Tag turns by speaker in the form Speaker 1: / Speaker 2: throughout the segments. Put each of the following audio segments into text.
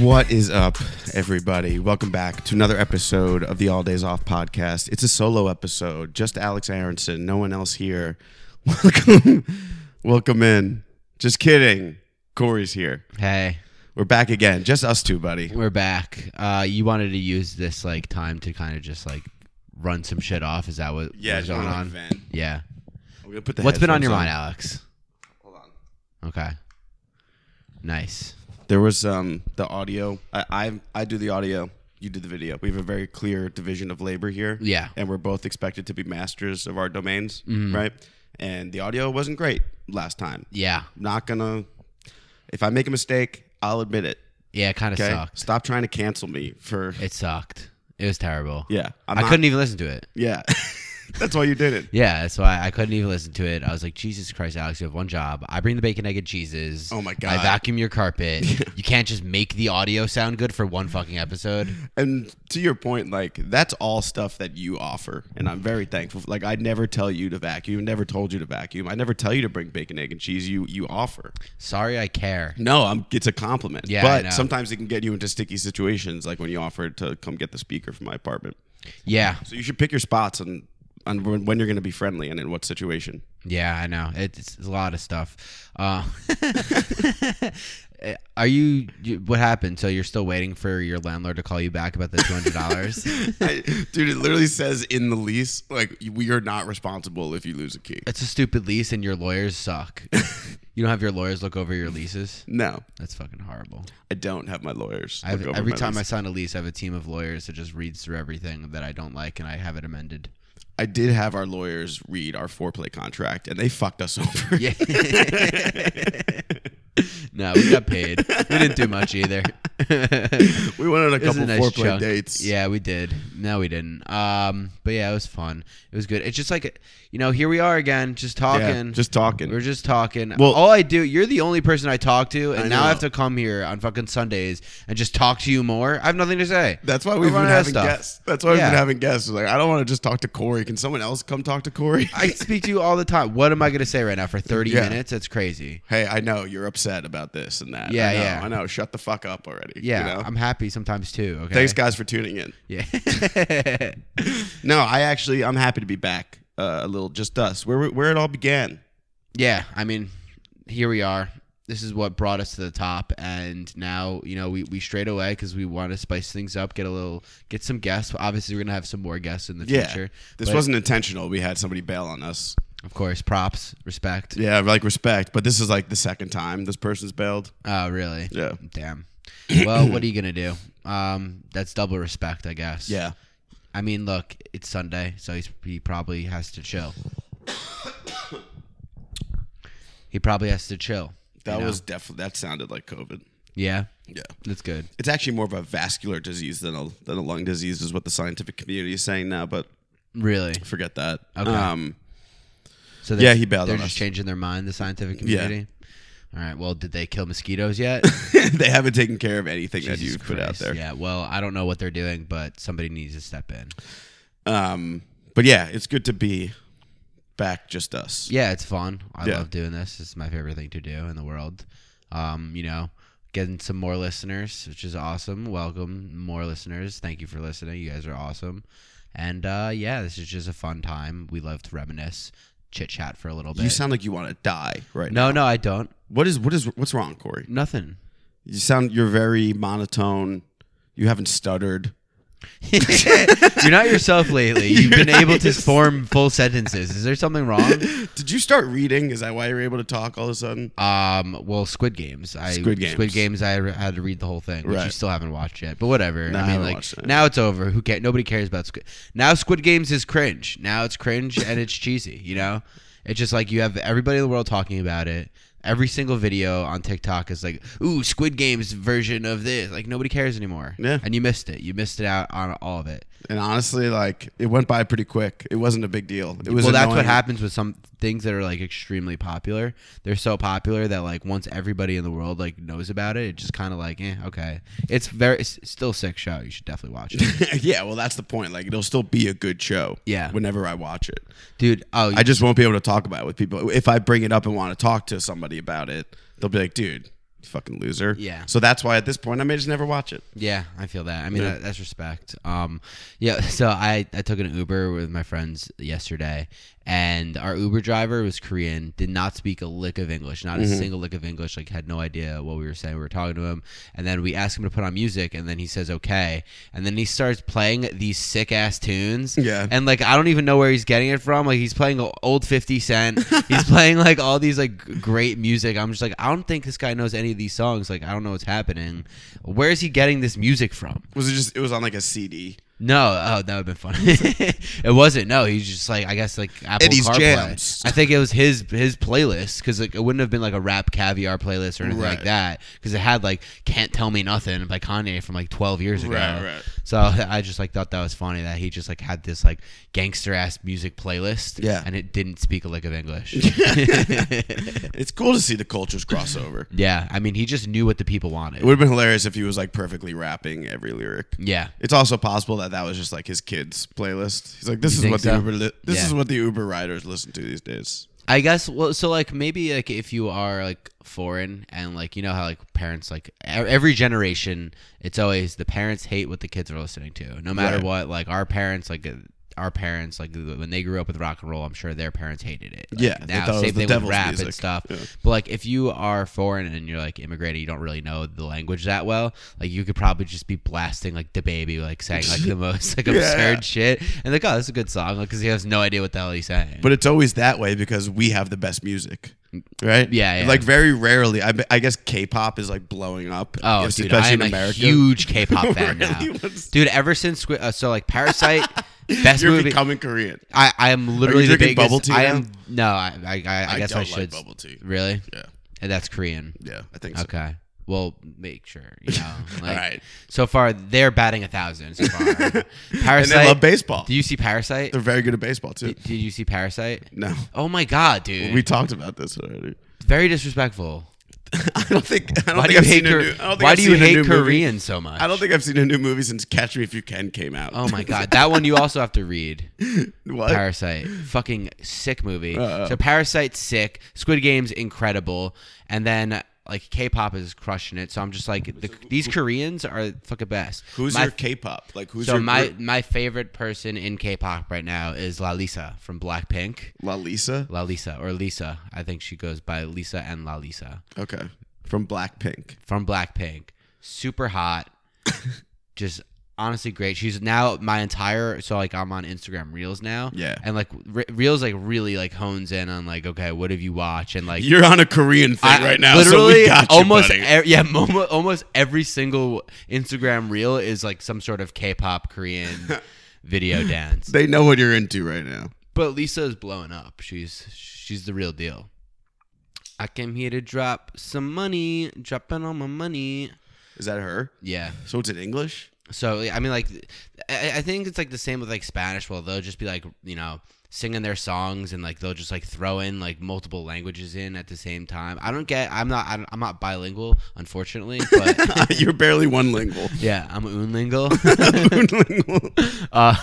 Speaker 1: What is up, everybody? Welcome back to another episode of the All Days Off podcast. It's a solo episode, just Alex Aronson, no one else here. Welcome, welcome in. Just kidding. Corey's here.
Speaker 2: Hey,
Speaker 1: We're back again, just us two, buddy.
Speaker 2: we're back. Uh, you wanted to use this like time to kind of just like run some shit off. Is that what
Speaker 1: Yeah,
Speaker 2: was
Speaker 1: just
Speaker 2: going
Speaker 1: wanna
Speaker 2: on?
Speaker 1: vent.
Speaker 2: Yeah.
Speaker 1: We're gonna put the
Speaker 2: What's been on your mind,
Speaker 1: headphones
Speaker 2: Alex?
Speaker 1: Hold on.
Speaker 2: Okay. Nice.
Speaker 1: There was um the audio. I, I I do the audio. You do the video. We have a very clear division of labor here.
Speaker 2: Yeah. Mm-hmm.
Speaker 1: and we're both expected to be masters of our domains, right? And the audio wasn't great last time.
Speaker 2: Yeah.
Speaker 1: I'm not gonna. If I make a mistake, I'll admit it.
Speaker 2: Yeah. It kind of
Speaker 1: Okay.
Speaker 2: sucked.
Speaker 1: Stop trying to cancel me for.
Speaker 2: It sucked. It was terrible.
Speaker 1: Yeah. I'm
Speaker 2: I
Speaker 1: not-
Speaker 2: couldn't even listen to it.
Speaker 1: Yeah. That's why you did it.
Speaker 2: Yeah, that's why I couldn't even listen to it. I was like, Jesus Christ, Alex, you have one job. I bring the bacon, egg, and cheeses.
Speaker 1: Oh my
Speaker 2: I
Speaker 1: God.
Speaker 2: vacuum your carpet. you can't just make the audio sound good for one fucking episode.
Speaker 1: And to your point, like that's all stuff that you offer, and I'm very thankful. For, like I never tell you to vacuum, never told you to vacuum. I never tell you to bring bacon, egg, and cheese. You you offer.
Speaker 2: Sorry, I care.
Speaker 1: No, I'm, it's a compliment.
Speaker 2: Yeah, I know.
Speaker 1: but sometimes it can get you into sticky situations, like when you offered to come get the speaker from my apartment.
Speaker 2: Yeah,
Speaker 1: So you should pick your spots on on when when you're going to be friendly and in what situation.
Speaker 2: Yeah, I know. It- It's, it's a lot of stuff. Uh, eh, are you, you? What happened? So you're still waiting for your landlord to call you back about the two hundred dollars?
Speaker 1: I- dude, it literally says in the lease, like we are not responsible if you lose a key.
Speaker 2: it's a stupid lease, and your lawyers suck. you don't have your lawyers look over your leases.
Speaker 1: No,
Speaker 2: That's fucking horrible.
Speaker 1: I don't have my lawyers.
Speaker 2: I have,
Speaker 1: look over
Speaker 2: every
Speaker 1: my
Speaker 2: time I
Speaker 1: lease.
Speaker 2: sign a lease, I have a team of lawyers that just reads through everything that I don't like, and I have it amended.
Speaker 1: I did have our lawyers read our foreplay contract, and they fucked us over.
Speaker 2: Yeah. no, we got paid. We didn't do much either.
Speaker 1: we went on a
Speaker 2: It was
Speaker 1: couple
Speaker 2: nice
Speaker 1: foreplay
Speaker 2: chunk.
Speaker 1: dates.
Speaker 2: Yeah, we did. No, we didn't. Um, but yeah, it was fun. It was good. It's just like you know, here we are again, just talking.
Speaker 1: Yeah, just talking.
Speaker 2: we're just talking.
Speaker 1: Well-
Speaker 2: Well, all I do, you're the only person I talk to, and
Speaker 1: I
Speaker 2: now I
Speaker 1: know.
Speaker 2: have to come here on fucking Sundays and just talk to you more. I have nothing to say.
Speaker 1: That's why we've
Speaker 2: We're
Speaker 1: been
Speaker 2: running out of
Speaker 1: having
Speaker 2: stuff.
Speaker 1: guests. That's why we've been
Speaker 2: Yeah.
Speaker 1: having guests. Like, I don't want to just talk to Corey. Can someone else come talk to Corey?
Speaker 2: I speak to you all the time. What am I going to say right now for 30
Speaker 1: Yeah.
Speaker 2: minutes? That's crazy.
Speaker 1: hey, I know you're upset about this and that.
Speaker 2: Yeah,
Speaker 1: I know,
Speaker 2: yeah.
Speaker 1: I know. Shut the fuck up already. you
Speaker 2: Yeah,
Speaker 1: know?
Speaker 2: I'm happy sometimes too. Okay.
Speaker 1: Thanks, guys, for tuning in.
Speaker 2: Yeah.
Speaker 1: No, I actually, I'm happy to be back. Uh, a little, just us. Where where it all began.
Speaker 2: yeah, I mean, here we are. This is what brought us to the top, and now you know we, we straight away because we want to spice things up, get a little, get some guests. Obviously, we're gonna have some more guests in the
Speaker 1: Yeah.
Speaker 2: future.
Speaker 1: This
Speaker 2: But,
Speaker 1: wasn't intentional. We had somebody bail on us.
Speaker 2: of course, props, respect.
Speaker 1: Yeah, like respect. But this is like the second time this person's bailed.
Speaker 2: Oh, really?
Speaker 1: Yeah.
Speaker 2: Damn. Well, what are you gonna do? Um, that's double respect, I guess.
Speaker 1: Yeah.
Speaker 2: I mean, look, it's Sunday, so he's, he probably has to chill. he probably has to chill.
Speaker 1: That
Speaker 2: you know?
Speaker 1: was definitely, that sounded like COVID.
Speaker 2: yeah.
Speaker 1: Yeah.
Speaker 2: That's good.
Speaker 1: It's actually more of a vascular disease than a, than a lung disease, is what the scientific community is saying now, but
Speaker 2: Really.
Speaker 1: forget that.
Speaker 2: Okay.
Speaker 1: Um,
Speaker 2: So
Speaker 1: Yeah,
Speaker 2: they're-
Speaker 1: he bailed
Speaker 2: They're
Speaker 1: on
Speaker 2: just
Speaker 1: us.
Speaker 2: changing their mind, the scientific
Speaker 1: Yeah.
Speaker 2: community. All right. Well, did they kill mosquitoes yet?
Speaker 1: they haven't taken care of anything that
Speaker 2: Jesus
Speaker 1: you've put out
Speaker 2: Christ.
Speaker 1: there.
Speaker 2: Yeah. Well, I don't know what they're doing, but somebody needs to step in.
Speaker 1: Um, but yeah, it's good to be back, just us.
Speaker 2: Yeah, it's fun. I
Speaker 1: Yeah.
Speaker 2: love doing this. It's my favorite thing to do in the world. Um, you know, getting some more listeners, which is awesome. Welcome more listeners. Thank you for listening. You guys are awesome. And uh, yeah, this is just a fun time. We love to reminisce, chit chat for a little bit.
Speaker 1: You sound like you want to die right now.
Speaker 2: no, no, I don't.
Speaker 1: What is what is what's wrong, Corey?
Speaker 2: Nothing.
Speaker 1: You sound you're very monotone. You haven't stuttered.
Speaker 2: You're not yourself lately. You've been able to form full sentences. Is there something wrong?
Speaker 1: Did you start reading? Is that why you're able to talk all of a sudden?
Speaker 2: Um, well, Squid Games. I,
Speaker 1: Squid Games.
Speaker 2: Squid Games. I re- had to read the whole thing, which you
Speaker 1: Right.
Speaker 2: still haven't watched yet. But whatever.
Speaker 1: No, I
Speaker 2: I mean,
Speaker 1: haven't
Speaker 2: like
Speaker 1: watched it.
Speaker 2: now it's over. Who cares? Nobody cares about Squid. Now Squid Games is cringe. Now it's cringe and it's cheesy. You know, it's just like you have everybody in the world talking about it. Every single video on TikTok is like, "Ooh, Squid Games version of this." Like nobody cares anymore.
Speaker 1: Yeah.
Speaker 2: And you missed it. You missed it out on all of it.
Speaker 1: And honestly, like it went by pretty quick. It wasn't a big deal. It was
Speaker 2: well, that's what
Speaker 1: annoying.
Speaker 2: happens with some things that are like extremely popular. They're so popular that like once everybody in the world like knows about it, it just kind of like, eh, okay. It's very it's still a sick show. You should definitely watch it,
Speaker 1: yeah, well, that's the point. Like it'll still be a good show.
Speaker 2: Yeah.
Speaker 1: Whenever I watch it,
Speaker 2: dude. Oh,
Speaker 1: I just won't be able to talk about it with people. If I bring it up and want to talk to somebody about it, they'll be like, "Dude, fucking loser.
Speaker 2: Yeah.
Speaker 1: So that's why at this point I may just never watch it.
Speaker 2: Yeah, I feel that. I mean,
Speaker 1: Yeah.
Speaker 2: that, that's respect. Um, yeah. So I I took an Uber with my friends yesterday, and our Uber driver was Korean, did not speak a lick of English, not
Speaker 1: Mm-hmm.
Speaker 2: a single lick of English. Like, had no idea what we were saying. We were talking to him, and then we asked him to put on music, and then he says okay, and then he starts playing these sick ass tunes.
Speaker 1: Yeah.
Speaker 2: And like, I don't even know where he's getting it from. Like, he's playing old Fifty Cent. he's playing like all these like g- great music. I'm just like, I don't think this guy knows any of these songs. Like, I don't know what's happening. Where is he getting this music from?
Speaker 1: Was it just it was on like a CD?
Speaker 2: No, oh, that would have been fun. it wasn't. No, he's just like I guess like Apple
Speaker 1: Eddie's
Speaker 2: CarPlay.
Speaker 1: Jams.
Speaker 2: I think it was his his playlist because like it wouldn't have been like a rap caviar playlist or anything
Speaker 1: Right.
Speaker 2: like that because it had like "Can't Tell Me Nothing" by Kanye from like twelve years ago.
Speaker 1: Right, right.
Speaker 2: So I just like thought that was funny that he just like had this like gangster ass music playlist.
Speaker 1: Yeah.
Speaker 2: and it didn't speak a lick of English.
Speaker 1: It's cool to see the cultures cross over.
Speaker 2: yeah, I mean he just knew what the people
Speaker 1: It
Speaker 2: wanted.
Speaker 1: would have been hilarious if he was like perfectly rapping every lyric.
Speaker 2: Yeah,
Speaker 1: It's also possible that that was just like his kids' playlist. He's like, this is
Speaker 2: think
Speaker 1: what the
Speaker 2: so?
Speaker 1: Uber li- this
Speaker 2: Yeah.
Speaker 1: is what the Uber riders listen to these days.
Speaker 2: I guess well so like maybe like if you are like foreign and like you know how like parents like e- every generation it's always the parents hate what the kids are listening to no matter
Speaker 1: Right.
Speaker 2: what like our parents like uh, our parents like th- when they grew up with rock and roll I'm sure their parents hated it Like,
Speaker 1: Yeah, they
Speaker 2: now
Speaker 1: thought it was
Speaker 2: same
Speaker 1: the
Speaker 2: thing with
Speaker 1: devil's
Speaker 2: rap and
Speaker 1: music.
Speaker 2: stuff
Speaker 1: Yeah.
Speaker 2: but like if you are foreign and you're like immigrated you don't really know the language that well like you could probably just be blasting like the baby like saying like the most like
Speaker 1: Yeah.
Speaker 2: absurd shit and like oh this is a good song because he has no idea what the hell he's saying
Speaker 1: But it's always that way because we have the best music, right?
Speaker 2: Yeah, yeah.
Speaker 1: Like very rarely, I, I guess K-pop is like blowing up.
Speaker 2: Oh,
Speaker 1: yes,
Speaker 2: dude, I am a huge K-pop fan
Speaker 1: Really?
Speaker 2: now,
Speaker 1: What's-
Speaker 2: dude. Ever since Squi- uh, so like Parasite, best
Speaker 1: You're
Speaker 2: movie.
Speaker 1: becoming Korean.
Speaker 2: I, I am literally the
Speaker 1: drinking
Speaker 2: biggest.
Speaker 1: bubble tea
Speaker 2: I
Speaker 1: now?
Speaker 2: am no, I I, I, I guess
Speaker 1: don't
Speaker 2: I should
Speaker 1: like bubble tea.
Speaker 2: really.
Speaker 1: Yeah,
Speaker 2: And that's Korean.
Speaker 1: yeah, I think so.
Speaker 2: Okay. Well, make sure you know. Like,
Speaker 1: right.
Speaker 2: So far, they're batting a thousand. So far,
Speaker 1: And they love
Speaker 2: Parasite.
Speaker 1: baseball.
Speaker 2: Do you see Parasite?
Speaker 1: They're very good at baseball too.
Speaker 2: Did you see Parasite?
Speaker 1: No,
Speaker 2: Oh my god, dude!
Speaker 1: we talked about this already.
Speaker 2: Very disrespectful.
Speaker 1: I don't think. I don't
Speaker 2: Why do
Speaker 1: think
Speaker 2: you
Speaker 1: I've
Speaker 2: hate?
Speaker 1: seen a
Speaker 2: Kor-
Speaker 1: new- I don't think
Speaker 2: Why
Speaker 1: I've
Speaker 2: do you
Speaker 1: seen a
Speaker 2: hate
Speaker 1: new movie.
Speaker 2: Korean so much?
Speaker 1: I don't think I've seen a new movie since Catch Me If You Can came out.
Speaker 2: Oh my god, that one you also have to read.
Speaker 1: what?
Speaker 2: Parasite, fucking sick movie.
Speaker 1: Uh-oh.
Speaker 2: so Parasite's sick. Squid Game's incredible, and then like K-pop is crushing it. So I'm just like, the, these Koreans are fucking best.
Speaker 1: Who's
Speaker 2: my,
Speaker 1: your K-pop? Like who's
Speaker 2: so
Speaker 1: your
Speaker 2: my
Speaker 1: group?
Speaker 2: my favorite person in K-pop right now is Lalisa from Blackpink.
Speaker 1: La Lisa?
Speaker 2: Lalisa or Lisa, I think she goes by Lisa and Lalisa
Speaker 1: Okay, from Blackpink.
Speaker 2: from Blackpink. Super hot. just honestly great. She's now my entire so like I'm on Instagram Reels now.
Speaker 1: Yeah.
Speaker 2: And like Re- Reels like really like hones in on like okay, what have you watched and like
Speaker 1: You're on a Korean thing
Speaker 2: I-
Speaker 1: right now. so
Speaker 2: Literally,
Speaker 1: we got you,
Speaker 2: almost
Speaker 1: buddy.
Speaker 2: e- yeah, momo- almost every single Instagram Reel is like some sort of K-pop Korean video dance.
Speaker 1: they know what you're into right now.
Speaker 2: But Lisa is blowing up. She's she's the real deal. I came here to drop some money, dropping all my money.
Speaker 1: Is that her?
Speaker 2: Yeah.
Speaker 1: So it's in English.
Speaker 2: So I mean, like, I, I think it's like the same with like Spanish. Well, they'll just be like, you know, singing their songs and like they'll just like throw in like multiple languages in at the same time. I don't get. I'm not. I don't- I'm not bilingual, unfortunately. But
Speaker 1: you're barely one lingual.
Speaker 2: yeah, I'm unlingual.
Speaker 1: Unlingual.
Speaker 2: uh,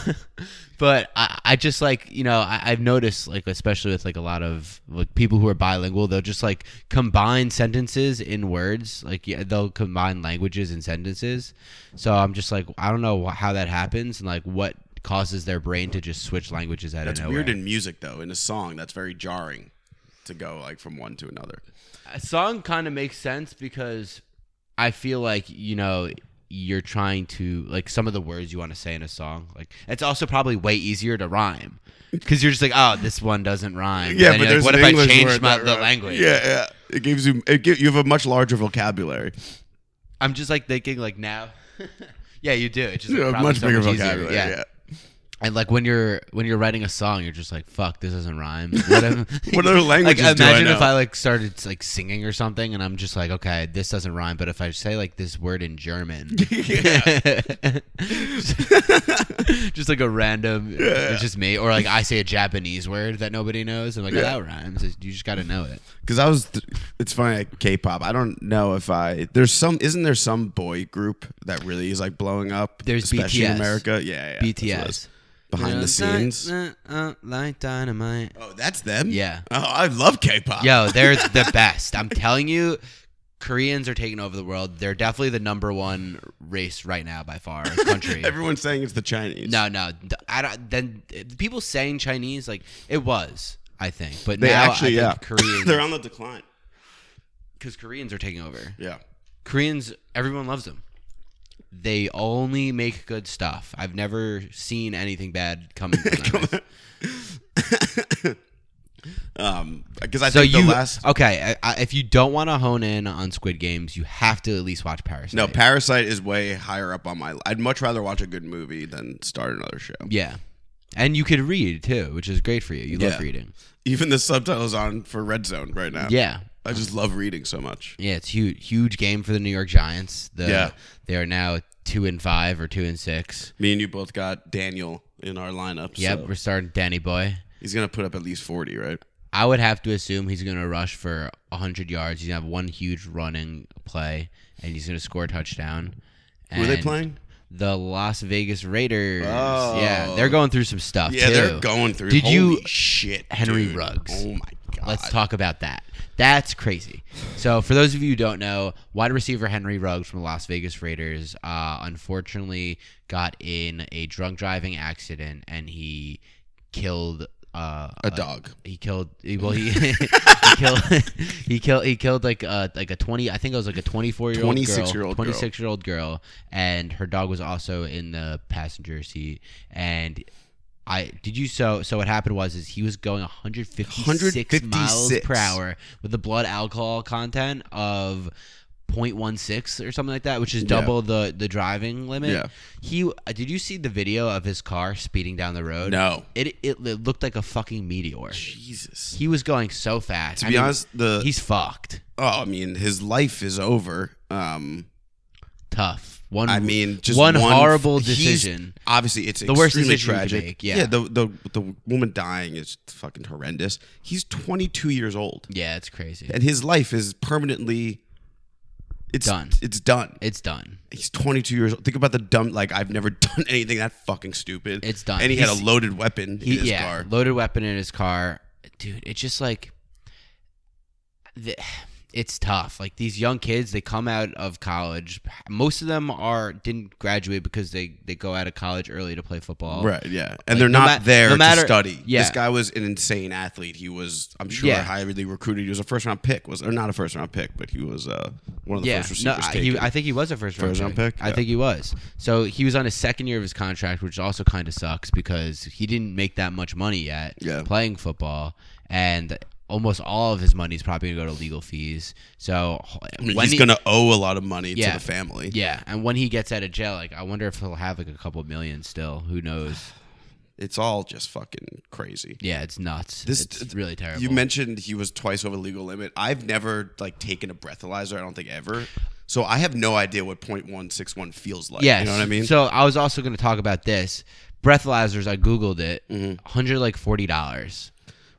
Speaker 2: but I, I just like you know I, I've noticed like especially with like a lot of like people who are bilingual they'll just like combine sentences in words like yeah, they'll combine languages and sentences so I'm just like I don't know wh- how that happens and like what causes their brain to just switch languages out
Speaker 1: That's
Speaker 2: of nowhere.
Speaker 1: weird in music though. In a song, that's very jarring to go like from one to another.
Speaker 2: a song kind of makes sense because I feel like you know you're trying to like some of the words you want to say in a song. Like it's also probably way easier to rhyme because you're just like, oh, this one doesn't rhyme.
Speaker 1: Yeah, but
Speaker 2: Then you're
Speaker 1: there's
Speaker 2: like,
Speaker 1: an
Speaker 2: what if
Speaker 1: English
Speaker 2: I
Speaker 1: word
Speaker 2: changed my
Speaker 1: that
Speaker 2: the
Speaker 1: rhymes.
Speaker 2: language?
Speaker 1: Yeah, yeah. It gives you. It give, you have a much larger vocabulary.
Speaker 2: I'm just like thinking like now. yeah, you do. It's just
Speaker 1: You
Speaker 2: like,
Speaker 1: have a
Speaker 2: probably
Speaker 1: much
Speaker 2: so
Speaker 1: bigger
Speaker 2: much easier.
Speaker 1: vocabulary.
Speaker 2: Yeah.
Speaker 1: yeah.
Speaker 2: and like when you're when you're writing a song, you're just like, fuck, this doesn't rhyme. What, if,
Speaker 1: What other languages do I
Speaker 2: Like, imagine if
Speaker 1: know?
Speaker 2: I like started like singing or something, and I'm just like, okay, this doesn't rhyme. But if I say like this word in German, just like a random, it's just me, or like I say a Japanese word that nobody knows, I'm like, oh, that rhymes. You just got to know it.
Speaker 1: Because I was, th- it's funny. Like K-pop. I don't know if I. There's some. Isn't there some boy group that really is like blowing up?
Speaker 2: There's
Speaker 1: especially in
Speaker 2: BTS.
Speaker 1: America. Yeah, yeah, yeah. That's what it
Speaker 2: BTS
Speaker 1: is. behind the scenes.
Speaker 2: like "Uh, dynamite.
Speaker 1: Oh, that's them.
Speaker 2: Yeah.
Speaker 1: Oh, I love K-pop.
Speaker 2: Yo, they're the best. I'm telling you, Koreans are taking over the world. They're definitely the number one race right now by far country.
Speaker 1: Everyone's saying it's the Chinese.
Speaker 2: no, no, th- I don't. Then eh, people saying Chinese like it was, I think, but
Speaker 1: They
Speaker 2: now
Speaker 1: actually,
Speaker 2: I
Speaker 1: yeah.
Speaker 2: think Koreans
Speaker 1: They're on the decline.
Speaker 2: because Koreans are taking over.
Speaker 1: Yeah.
Speaker 2: Koreans, everyone loves them. They only make good stuff. I've never seen anything bad coming. From them.
Speaker 1: Um, because I
Speaker 2: so
Speaker 1: think
Speaker 2: you
Speaker 1: the last.
Speaker 2: okay? I, I, if you don't want to hone in on Squid Games, you have to at least watch Parasite.
Speaker 1: No, Parasite is way higher up on my. I'd much rather watch a good movie than start another show.
Speaker 2: yeah, and you could read too, which is great for you. You
Speaker 1: Yeah.
Speaker 2: love reading.
Speaker 1: Even the subtitles on for Red Zone right now.
Speaker 2: Yeah,
Speaker 1: I just love reading so much.
Speaker 2: yeah, it's huge, huge game for the New York Giants. The,
Speaker 1: Yeah.
Speaker 2: they are now two and five or two and six.
Speaker 1: Me and you both got Daniel in our lineup.
Speaker 2: Yep,
Speaker 1: so
Speaker 2: we're starting Danny Boy.
Speaker 1: he's gonna put up at least forty, right?
Speaker 2: I would have to assume he's going to rush for 100 yards. He's going to have one huge running play, and he's going to score a touchdown.
Speaker 1: Who are they
Speaker 2: And
Speaker 1: playing?
Speaker 2: The Las Vegas Raiders.
Speaker 1: Oh.
Speaker 2: Yeah, they're going through some stuff,
Speaker 1: Yeah,
Speaker 2: too.
Speaker 1: they're going through.
Speaker 2: Did
Speaker 1: Holy
Speaker 2: you-
Speaker 1: shit,
Speaker 2: Henry
Speaker 1: dude.
Speaker 2: Ruggs.
Speaker 1: Oh my god.
Speaker 2: Let's talk about that. That's crazy. So, for those of you who don't know, wide receiver Henry Ruggs from the Las Vegas Raiders uh, unfortunately got in a drunk driving accident and he killed uh,
Speaker 1: a dog.
Speaker 2: he killed he- well he, he killed he killed he killed like a like a 20 I think it was like a 24 year old
Speaker 1: 26 year old girl.
Speaker 2: 26 year old girl and her dog was also in the passenger seat and I did you so so what happened was is he was going 156, miles
Speaker 1: 156.
Speaker 2: per hour with the blood alcohol content of 0.16 or something like that which is
Speaker 1: Yeah.
Speaker 2: double the the driving limit.
Speaker 1: Yeah.
Speaker 2: He uh, did you see the video of his car speeding down the road?
Speaker 1: No.
Speaker 2: It, it it looked like a fucking meteor.
Speaker 1: Jesus.
Speaker 2: He was going so fast.
Speaker 1: to
Speaker 2: I
Speaker 1: be
Speaker 2: mean,
Speaker 1: honest, uh, the
Speaker 2: he's fucked.
Speaker 1: oh, I mean, his life is over. Um,
Speaker 2: Tough. One.
Speaker 1: I mean, just
Speaker 2: Mm-hmm. one,
Speaker 1: one
Speaker 2: horrible
Speaker 1: f- he's-
Speaker 2: decision.
Speaker 1: obviously it's
Speaker 2: The worst
Speaker 1: extremely
Speaker 2: decision you could
Speaker 1: tragic.
Speaker 2: make, yeah.
Speaker 1: the, the the woman dying is fucking horrendous. He's 22 years old,
Speaker 2: Yeah, it's crazy.
Speaker 1: and his life is permanently. It's
Speaker 2: Done.
Speaker 1: It's done.
Speaker 2: It's done.
Speaker 1: He's 22 years old. Think about the dumb. Like I've never done anything that fucking stupid.
Speaker 2: It's done.
Speaker 1: And he had
Speaker 2: He's-
Speaker 1: a loaded weapon
Speaker 2: He
Speaker 1: in his
Speaker 2: yeah,
Speaker 1: car.
Speaker 2: loaded weapon in his car. Dude, it's just like, the, it's tough. Like these young kids, they come out of college. Most of them are didn't graduate because they they go out of college early to play football.
Speaker 1: Right, yeah, and
Speaker 2: Like,
Speaker 1: they're
Speaker 2: no
Speaker 1: not
Speaker 2: ma-
Speaker 1: there
Speaker 2: no matter-
Speaker 1: to study.
Speaker 2: yeah.
Speaker 1: This guy was an insane athlete. He was, I'm sure,
Speaker 2: Yeah.
Speaker 1: highly recruited. He was a first round pick. Was or not a first round pick, but he was uh, one of the
Speaker 2: yeah,
Speaker 1: first receivers
Speaker 2: no, I-
Speaker 1: taken.
Speaker 2: he, I think he was a first,
Speaker 1: First
Speaker 2: round
Speaker 1: round
Speaker 2: pick.
Speaker 1: pick?
Speaker 2: I
Speaker 1: Yeah.
Speaker 2: think he was. So he was on his second year of his contract, which also kind of sucks because he didn't make that much money yet
Speaker 1: Yeah.
Speaker 2: playing football, and almost all of his money is probably gonna go to legal fees. So
Speaker 1: I mean,
Speaker 2: when
Speaker 1: he's
Speaker 2: he-
Speaker 1: gonna owe a lot of money to
Speaker 2: Yeah.
Speaker 1: the family.
Speaker 2: yeah, and when he gets out of jail, like I wonder if he'll have like a couple million still. Who knows?
Speaker 1: It's all just fucking crazy.
Speaker 2: Yeah, it's nuts.
Speaker 1: This-
Speaker 2: it's really terrible.
Speaker 1: You mentioned he was twice over the legal limit. I've never like taken a breathalyzer. I don't think ever. So I have no idea what 0.161 feels like.
Speaker 2: Yes.
Speaker 1: you know what I mean.
Speaker 2: So I was also going to talk about this breathalyzers. I googled it. Hundred like forty dollars.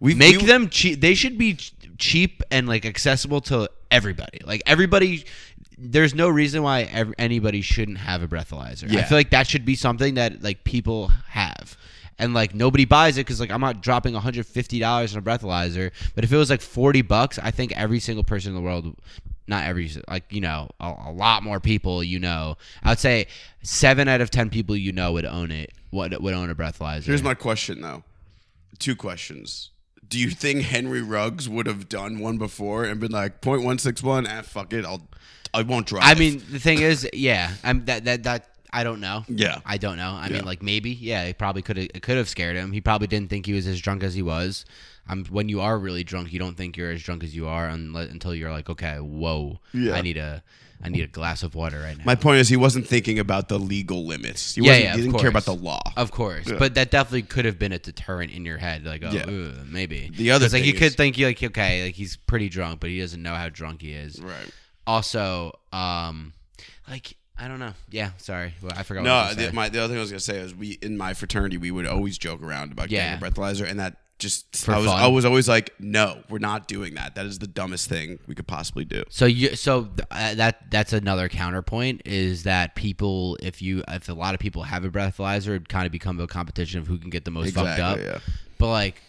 Speaker 1: We-
Speaker 2: make
Speaker 1: Mm-hmm. we-
Speaker 2: them cheap. They should be ch- cheap and like accessible to everybody. Like everybody. There's no reason why ev- anybody shouldn't have a breathalyzer. I
Speaker 1: Yeah.
Speaker 2: feel like that should be something that like people have. And like nobody buys it because like I'm not dropping 150 dollars on a breathalyzer, but if it was like 40 bucks, I think every single person in the world, not every like you know a, a lot more people you know, I'd say seven out of ten people you know would own it. Would, would own a breathalyzer?
Speaker 1: Here's my question though. Two questions. Do you think Henry Ruggs would have done one before and been like 0.161? Ah, fuck it. I'll I won't drive.
Speaker 2: I mean, the thing is, yeah, I'm that that that I don't know.
Speaker 1: Yeah.
Speaker 2: I don't know. I
Speaker 1: Yeah.
Speaker 2: mean, like maybe, yeah, it probably could have could have scared him. He probably didn't think he was as drunk as he was. Um, when you are really drunk, you don't think you're as drunk as you are unless, until you're like, okay, whoa,
Speaker 1: Yeah.
Speaker 2: I need a I need a glass of water right now.
Speaker 1: My point is he wasn't thinking about the legal limits. He
Speaker 2: Yeah,
Speaker 1: wasn't
Speaker 2: yeah,
Speaker 1: he
Speaker 2: of
Speaker 1: didn't care
Speaker 2: course.
Speaker 1: about the law.
Speaker 2: of course, but that definitely could have been a deterrent in your head, like oh,
Speaker 1: Yeah.
Speaker 2: ugh, maybe.
Speaker 1: The other
Speaker 2: 'Cause, like you
Speaker 1: thing
Speaker 2: could
Speaker 1: is-
Speaker 2: think you like okay, like he's pretty drunk, but he doesn't know how drunk he is.
Speaker 1: right.
Speaker 2: Also, um, like I don't know. Yeah, sorry, well, I forgot. what I
Speaker 1: No,
Speaker 2: was gonna say.
Speaker 1: the, my, the other thing I was gonna say is we in my fraternity we would always joke around about
Speaker 2: Yeah.
Speaker 1: getting a breathalyzer, and that just
Speaker 2: For
Speaker 1: I was
Speaker 2: fun.
Speaker 1: I was always like, no, we're not doing that. That is the dumbest thing we could possibly do.
Speaker 2: So you so th- uh, that that's another counterpoint is that people if you if a lot of people have a breathalyzer it kind of become a competition of who can get the most fucked up.
Speaker 1: Exactly, yeah.
Speaker 2: But like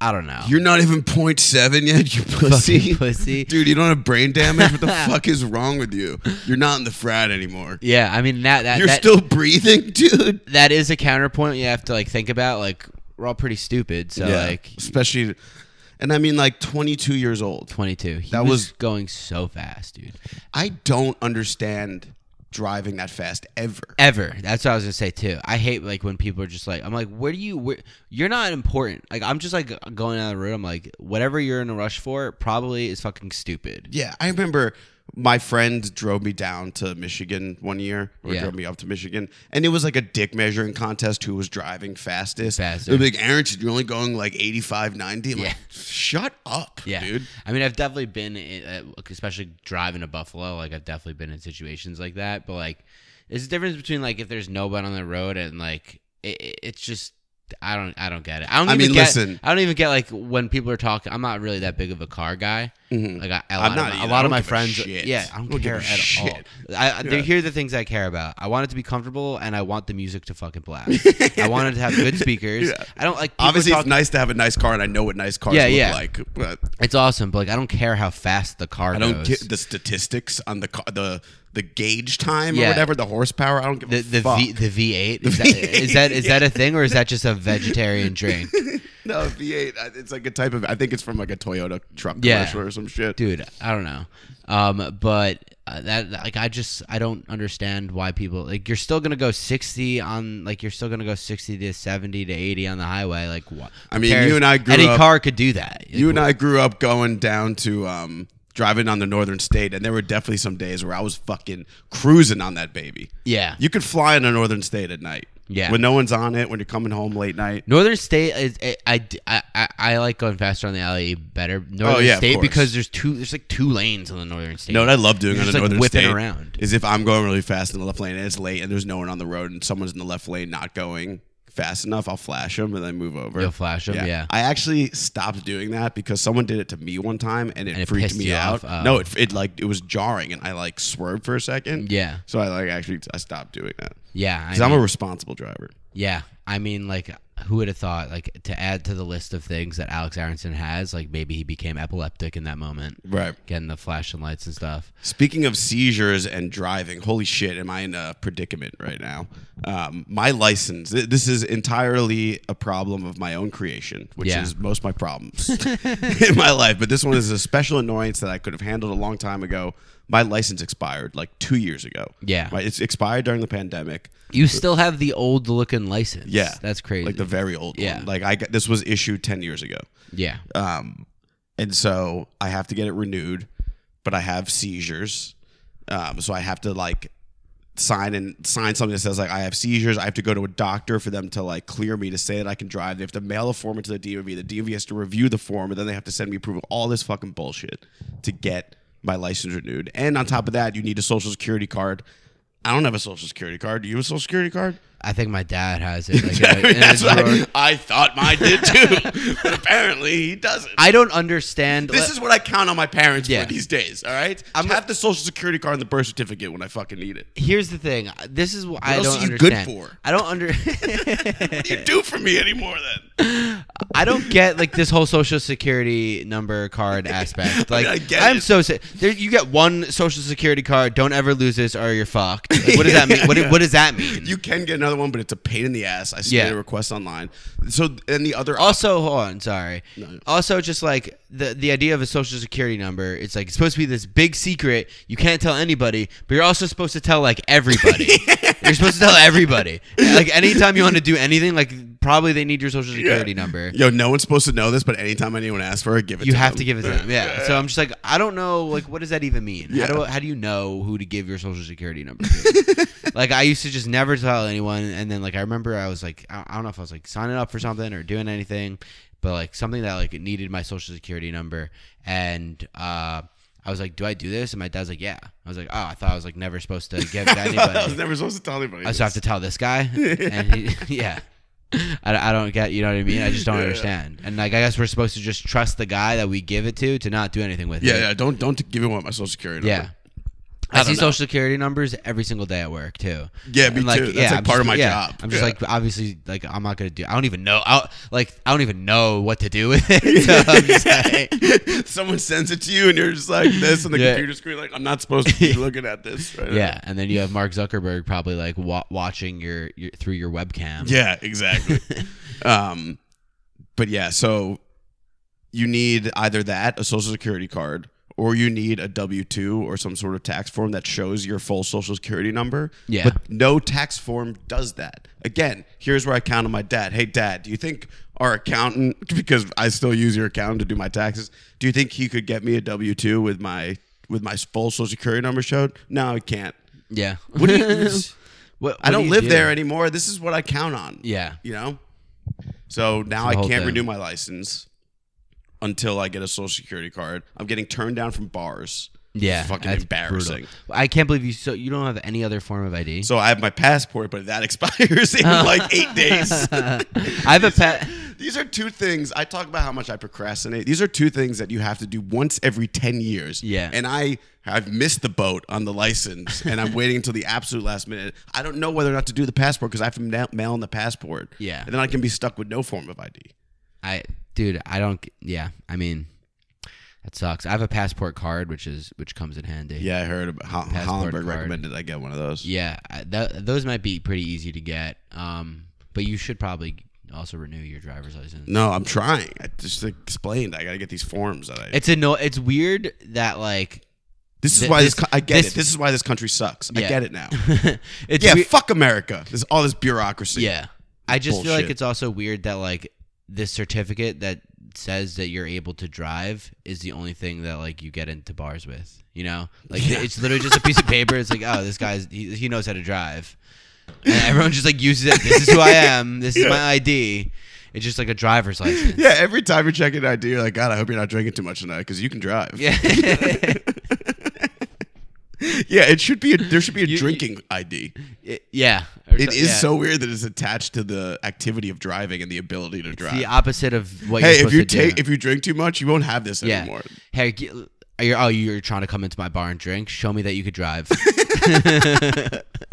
Speaker 2: I don't know.
Speaker 1: You're not even 0.7 yet, you pussy.
Speaker 2: Fucking pussy.
Speaker 1: Dude, you don't have brain damage? What the fuck is wrong with you? You're not in the frat anymore.
Speaker 2: yeah, I mean that that
Speaker 1: You're
Speaker 2: that,
Speaker 1: still breathing, dude.
Speaker 2: that is a counterpoint you have to like think about. Like we're all pretty stupid, so like
Speaker 1: especially, and I mean, like 22 years old.
Speaker 2: 22. He
Speaker 1: That
Speaker 2: was,
Speaker 1: was-
Speaker 2: going so fast, dude.
Speaker 1: I don't understand driving that fast ever.
Speaker 2: Ever. That's what I was gonna say too. I hate like when people are just like, I'm like, where do you? Where, you're not important. Like I'm just like going down the road. I'm like, whatever you're in a rush for, probably is fucking stupid.
Speaker 1: Yeah, I remember my friend drove me down to Michigan one year, or
Speaker 2: Yeah.
Speaker 1: drove me up to Michigan, and it was like a dick measuring contest who was driving fastest.
Speaker 2: Faster.
Speaker 1: It was like, Aaron, you're only going like 85, 90. I'm
Speaker 2: Yeah.
Speaker 1: like, shut up,
Speaker 2: Yeah,
Speaker 1: dude.
Speaker 2: I mean, I've definitely been, in, uh, especially driving to Buffalo. Like I've definitely been in situations like that. But like, there's a difference between like if there's no one on the road and like it, it- it's just. I don't. I don't get it. I don't.
Speaker 1: I
Speaker 2: even
Speaker 1: mean,
Speaker 2: get,
Speaker 1: listen.
Speaker 2: I don't even get like when people are talking. I'm not really that big of a car guy.
Speaker 1: Mhm.
Speaker 2: Like I,
Speaker 1: I'm
Speaker 2: a
Speaker 1: not
Speaker 2: lot of, my-
Speaker 1: either.
Speaker 2: a
Speaker 1: I
Speaker 2: lot
Speaker 1: don't
Speaker 2: of my
Speaker 1: give a
Speaker 2: friends.
Speaker 1: shit.
Speaker 2: Yeah,
Speaker 1: I
Speaker 2: I don't,
Speaker 1: don't give
Speaker 2: care
Speaker 1: a
Speaker 2: at
Speaker 1: shit.
Speaker 2: all. I, I- They're
Speaker 1: Yeah.
Speaker 2: here are the things I care about. I want it to be comfortable, and I want the music to fucking blast. I want it to have good speakers.
Speaker 1: Yeah.
Speaker 2: I don't like. people
Speaker 1: Obviously,
Speaker 2: talk-
Speaker 1: it's nice to have a nice car, and I know what nice cars
Speaker 2: Yeah,
Speaker 1: look
Speaker 2: yeah.
Speaker 1: like. But
Speaker 2: It's awesome, but like I don't care how fast the car
Speaker 1: I
Speaker 2: goes.
Speaker 1: don't get the statistics on the car, the the gauge time
Speaker 2: Yeah.
Speaker 1: or whatever, the horsepower. I don't give
Speaker 2: the
Speaker 1: a
Speaker 2: the
Speaker 1: fuck.
Speaker 2: v, the V eight is that is that is that a thing or is that just a vegetarian drink,
Speaker 1: no V8. I- It's like a type of. I think it's from like a Toyota truck
Speaker 2: Yeah.
Speaker 1: commercial or some shit.
Speaker 2: dude? I don't know, um, but uh, that like I just I don't understand why people like you're still gonna go sixty on like you're still gonna go sixty to seventy to eighty on the highway like what?
Speaker 1: I mean, you and I grew
Speaker 2: any
Speaker 1: up-
Speaker 2: car could do that.
Speaker 1: You and I grew up going down to um, driving on the northern state, and there were definitely some days where I was fucking cruising on that baby.
Speaker 2: yeah.
Speaker 1: You could fly in a northern state at night.
Speaker 2: Yeah.
Speaker 1: When no one's on it, when you're coming home late night.
Speaker 2: Northern State is I, I, I, I like going faster on the alley better. Northern
Speaker 1: Oh, yeah, of
Speaker 2: State
Speaker 1: course.
Speaker 2: because there's two there's like two lanes on the Northern State.
Speaker 1: You know what I love doing
Speaker 2: You're
Speaker 1: on
Speaker 2: just,
Speaker 1: the
Speaker 2: like,
Speaker 1: northern
Speaker 2: whipping
Speaker 1: state
Speaker 2: around.
Speaker 1: is if I'm going really fast in the left lane and it's late and there's no one on the road and someone's in the left lane not going fast enough, I'll flash them and then move over.
Speaker 2: You'll flash 'em, yeah.
Speaker 1: I actually stopped doing that because someone did it to me one time and it,
Speaker 2: And it
Speaker 1: freaked
Speaker 2: pissed
Speaker 1: me
Speaker 2: you
Speaker 1: out.
Speaker 2: off? Oh.
Speaker 1: No, it, it like it was jarring and I like swerved for a second.
Speaker 2: yeah,
Speaker 1: So I like actually I stopped doing that
Speaker 2: yeah. I
Speaker 1: because I'm
Speaker 2: mean-
Speaker 1: a responsible driver.
Speaker 2: Yeah, I mean, like, who would have thought? Like, to add to the list of things that Alex Aronson has, like, maybe he became epileptic in that moment,
Speaker 1: Right.
Speaker 2: getting the flashing lights and stuff.
Speaker 1: Speaking of seizures and driving, holy shit, am I in a predicament right now? Um, my license, th- this is entirely a problem of my own creation, which
Speaker 2: Yeah.
Speaker 1: is most of my problems in my life. But this one is a special annoyance that I could have handled a long time ago. My license expired like two years ago.
Speaker 2: Yeah.
Speaker 1: My, it's expired during the pandemic.
Speaker 2: You still have the old-looking license.
Speaker 1: Yeah.
Speaker 2: that's crazy.
Speaker 1: Like the very old
Speaker 2: Uh, Yeah.
Speaker 1: one. Like I got, this was issued 10 years ago.
Speaker 2: yeah,
Speaker 1: Um, and so I have to get it renewed, but I have seizures. Um, so I have to like sign and sign something that says like I have seizures. I have to go to a doctor for them to like clear me to say that I can drive. They have to mail a form into the DMV. The DMV has to review the form, and then they have to send me approval. All this fucking bullshit to get my license renewed. And on top of that, you need a social security card. I don't have a social security card. Do you have a social security card?
Speaker 2: I think my dad has it. Like, in
Speaker 1: I
Speaker 2: a-
Speaker 1: mean,
Speaker 2: in a
Speaker 1: that's what
Speaker 2: drawer.
Speaker 1: I, I thought mine did too, but apparently he doesn't.
Speaker 2: I don't understand.
Speaker 1: This is what I count on my parents
Speaker 2: Yeah.
Speaker 1: for these days. All right,
Speaker 2: I'm-
Speaker 1: have the social security card and the birth certificate when I fucking need it.
Speaker 2: Here's the thing. This is what, I
Speaker 1: else
Speaker 2: don't
Speaker 1: are you good
Speaker 2: understand.
Speaker 1: for?
Speaker 2: I don't under.
Speaker 1: What do you do for me anymore then?
Speaker 2: I don't get like this whole social security number card aspect. Like I
Speaker 1: I get
Speaker 2: am
Speaker 1: it.
Speaker 2: so si- there. You get one social security card. Don't ever lose this, or you're fucked. Like, what does that mean? What, what does that mean?
Speaker 1: You can get another one, but it's a pain in the ass. I submitted
Speaker 2: Yeah.
Speaker 1: a request online. So and the other
Speaker 2: also, hold on. Sorry. Also, just like the the idea of a social security number, it's like it's supposed to be this big secret. You can't tell anybody, but you're also supposed to tell like everybody. You're supposed to tell everybody. Like anytime you want to do anything, like probably they need your social security number.
Speaker 1: Yo, no one's supposed to know this, but anytime anyone asks for it, give it.
Speaker 2: you
Speaker 1: to
Speaker 2: have
Speaker 1: them.
Speaker 2: to give it to them. Yeah. So I'm just like, I don't know, like, what does that even mean? How do how do you know who to give your social security number to? like, I used to just never tell anyone, and then like I remember I was like, I I don't know if I was like signing up for something or doing anything, but like something that like it needed my social security number, and uh, I was like, do I do this? And my dad's like, yeah. I was like, oh, I thought I was like never supposed to give to
Speaker 1: I
Speaker 2: anybody.
Speaker 1: was never supposed to tell anybody.
Speaker 2: I just have to tell this guy, and he, yeah, I, I don't get. You know what I mean? I just don't understand. And like, I guess we're supposed to just trust the guy that we give it to to not do anything with
Speaker 1: yeah,
Speaker 2: it.
Speaker 1: yeah. Don't don't give away my social security.
Speaker 2: yeah.
Speaker 1: Number. I
Speaker 2: I, see
Speaker 1: don't know.
Speaker 2: social security numbers every single day at work too.
Speaker 1: Yeah, me
Speaker 2: And, like,
Speaker 1: too. That's
Speaker 2: yeah,
Speaker 1: like
Speaker 2: I'm
Speaker 1: part
Speaker 2: just-
Speaker 1: of my
Speaker 2: yeah,
Speaker 1: job.
Speaker 2: I'm just
Speaker 1: Yeah.
Speaker 2: like obviously like I'm not gonna do. I don't even know. I like I don't even know what to do with it. So I'm just like,
Speaker 1: Someone sends it to you, and you're just like this on the
Speaker 2: Yeah.
Speaker 1: computer screen. Like, I'm not supposed to be looking at this. Right
Speaker 2: yeah, and then you have Mark Zuckerberg probably like wa- watching your, your through your webcam.
Speaker 1: Yeah, exactly. um, but yeah, so you need either that, a social security card, or you need a W 2 or some sort of tax form that shows your full social security number.
Speaker 2: Yeah.
Speaker 1: But no tax form does that. Again, here's where I count on my dad. Hey, dad, do you think our accountant, because I still use your accountant to do my taxes, do you think he could get me a W 2 with my. With my full social security number showed? No, I can't.
Speaker 2: yeah.
Speaker 1: What do you-
Speaker 2: What-
Speaker 1: I
Speaker 2: what do
Speaker 1: don't
Speaker 2: you
Speaker 1: live
Speaker 2: do?
Speaker 1: there anymore. This is what I count on
Speaker 2: Yeah,
Speaker 1: you know so now
Speaker 2: It's a
Speaker 1: i
Speaker 2: whole
Speaker 1: can't
Speaker 2: thing.
Speaker 1: renew my license until i get a social security card i'm getting turned down from bars
Speaker 2: yeah.
Speaker 1: It's fucking
Speaker 2: that's brutal.
Speaker 1: embarrassing.
Speaker 2: I can't believe you. So you don't have any other form of ID.
Speaker 1: so i have my passport but that expires in like eight days
Speaker 2: I have a pet.
Speaker 1: these are two things i talk about how much i procrastinate these are two things that you have to do once every 10 years
Speaker 2: Yeah.
Speaker 1: and i i've missed the boat on the license and i'm waiting until the absolute last minute i don't know whether or not to do the passport because i have to ma- mail in the passport
Speaker 2: Yeah.
Speaker 1: and then i can be stuck with no form of id
Speaker 2: I dude, I don't. g- Yeah, I mean, that sucks. I have a passport card, which is which comes in handy.
Speaker 1: Yeah, I heard about Ho-
Speaker 2: Passport
Speaker 1: Hollenberg
Speaker 2: card.
Speaker 1: recommended I get one of those.
Speaker 2: yeah. I- That, those might be pretty easy to get. Um, but you should probably also renew your driver's license.
Speaker 1: No, I'm trying. I just explained I gotta get these forms that I.
Speaker 2: It's a no. It's weird that like
Speaker 1: this is
Speaker 2: thi-
Speaker 1: why this,
Speaker 2: this-
Speaker 1: co- I get
Speaker 2: this-
Speaker 1: it. This is why this country sucks. I
Speaker 2: Yeah.
Speaker 1: get it now.
Speaker 2: it's
Speaker 1: Yeah,
Speaker 2: weir-
Speaker 1: fuck America. There's all this bureaucracy.
Speaker 2: yeah. I just feel like
Speaker 1: Bullshit.
Speaker 2: it's also weird that like this certificate that says that you're able to drive is the only thing that like you get into bars with. You know, like
Speaker 1: Yeah.
Speaker 2: it's literally just a piece of paper. It's like, oh, this guy's he, he knows how to drive, and everyone just like uses it. This is who I am. This is
Speaker 1: Yeah.
Speaker 2: my ID. It's just like a driver's license.
Speaker 1: Yeah, every time you're checking an ID, you're like, God, I hope you're not drinking too much tonight because you can drive.
Speaker 2: Yeah.
Speaker 1: Yeah, it should be. A, there should be a
Speaker 2: You- you-
Speaker 1: drinking ID.
Speaker 2: It- yeah. Or
Speaker 1: It
Speaker 2: so-
Speaker 1: is
Speaker 2: yeah.
Speaker 1: so weird that it's attached to the activity of driving and the ability to
Speaker 2: It's
Speaker 1: drive.
Speaker 2: the opposite of what
Speaker 1: hey,
Speaker 2: you're
Speaker 1: if you
Speaker 2: supposed to do.
Speaker 1: take, if you drink too much, you won't have this
Speaker 2: Yeah.
Speaker 1: anymore.
Speaker 2: Hey, g- are you, oh, you're trying to come into my bar and drink? Show me that you could drive.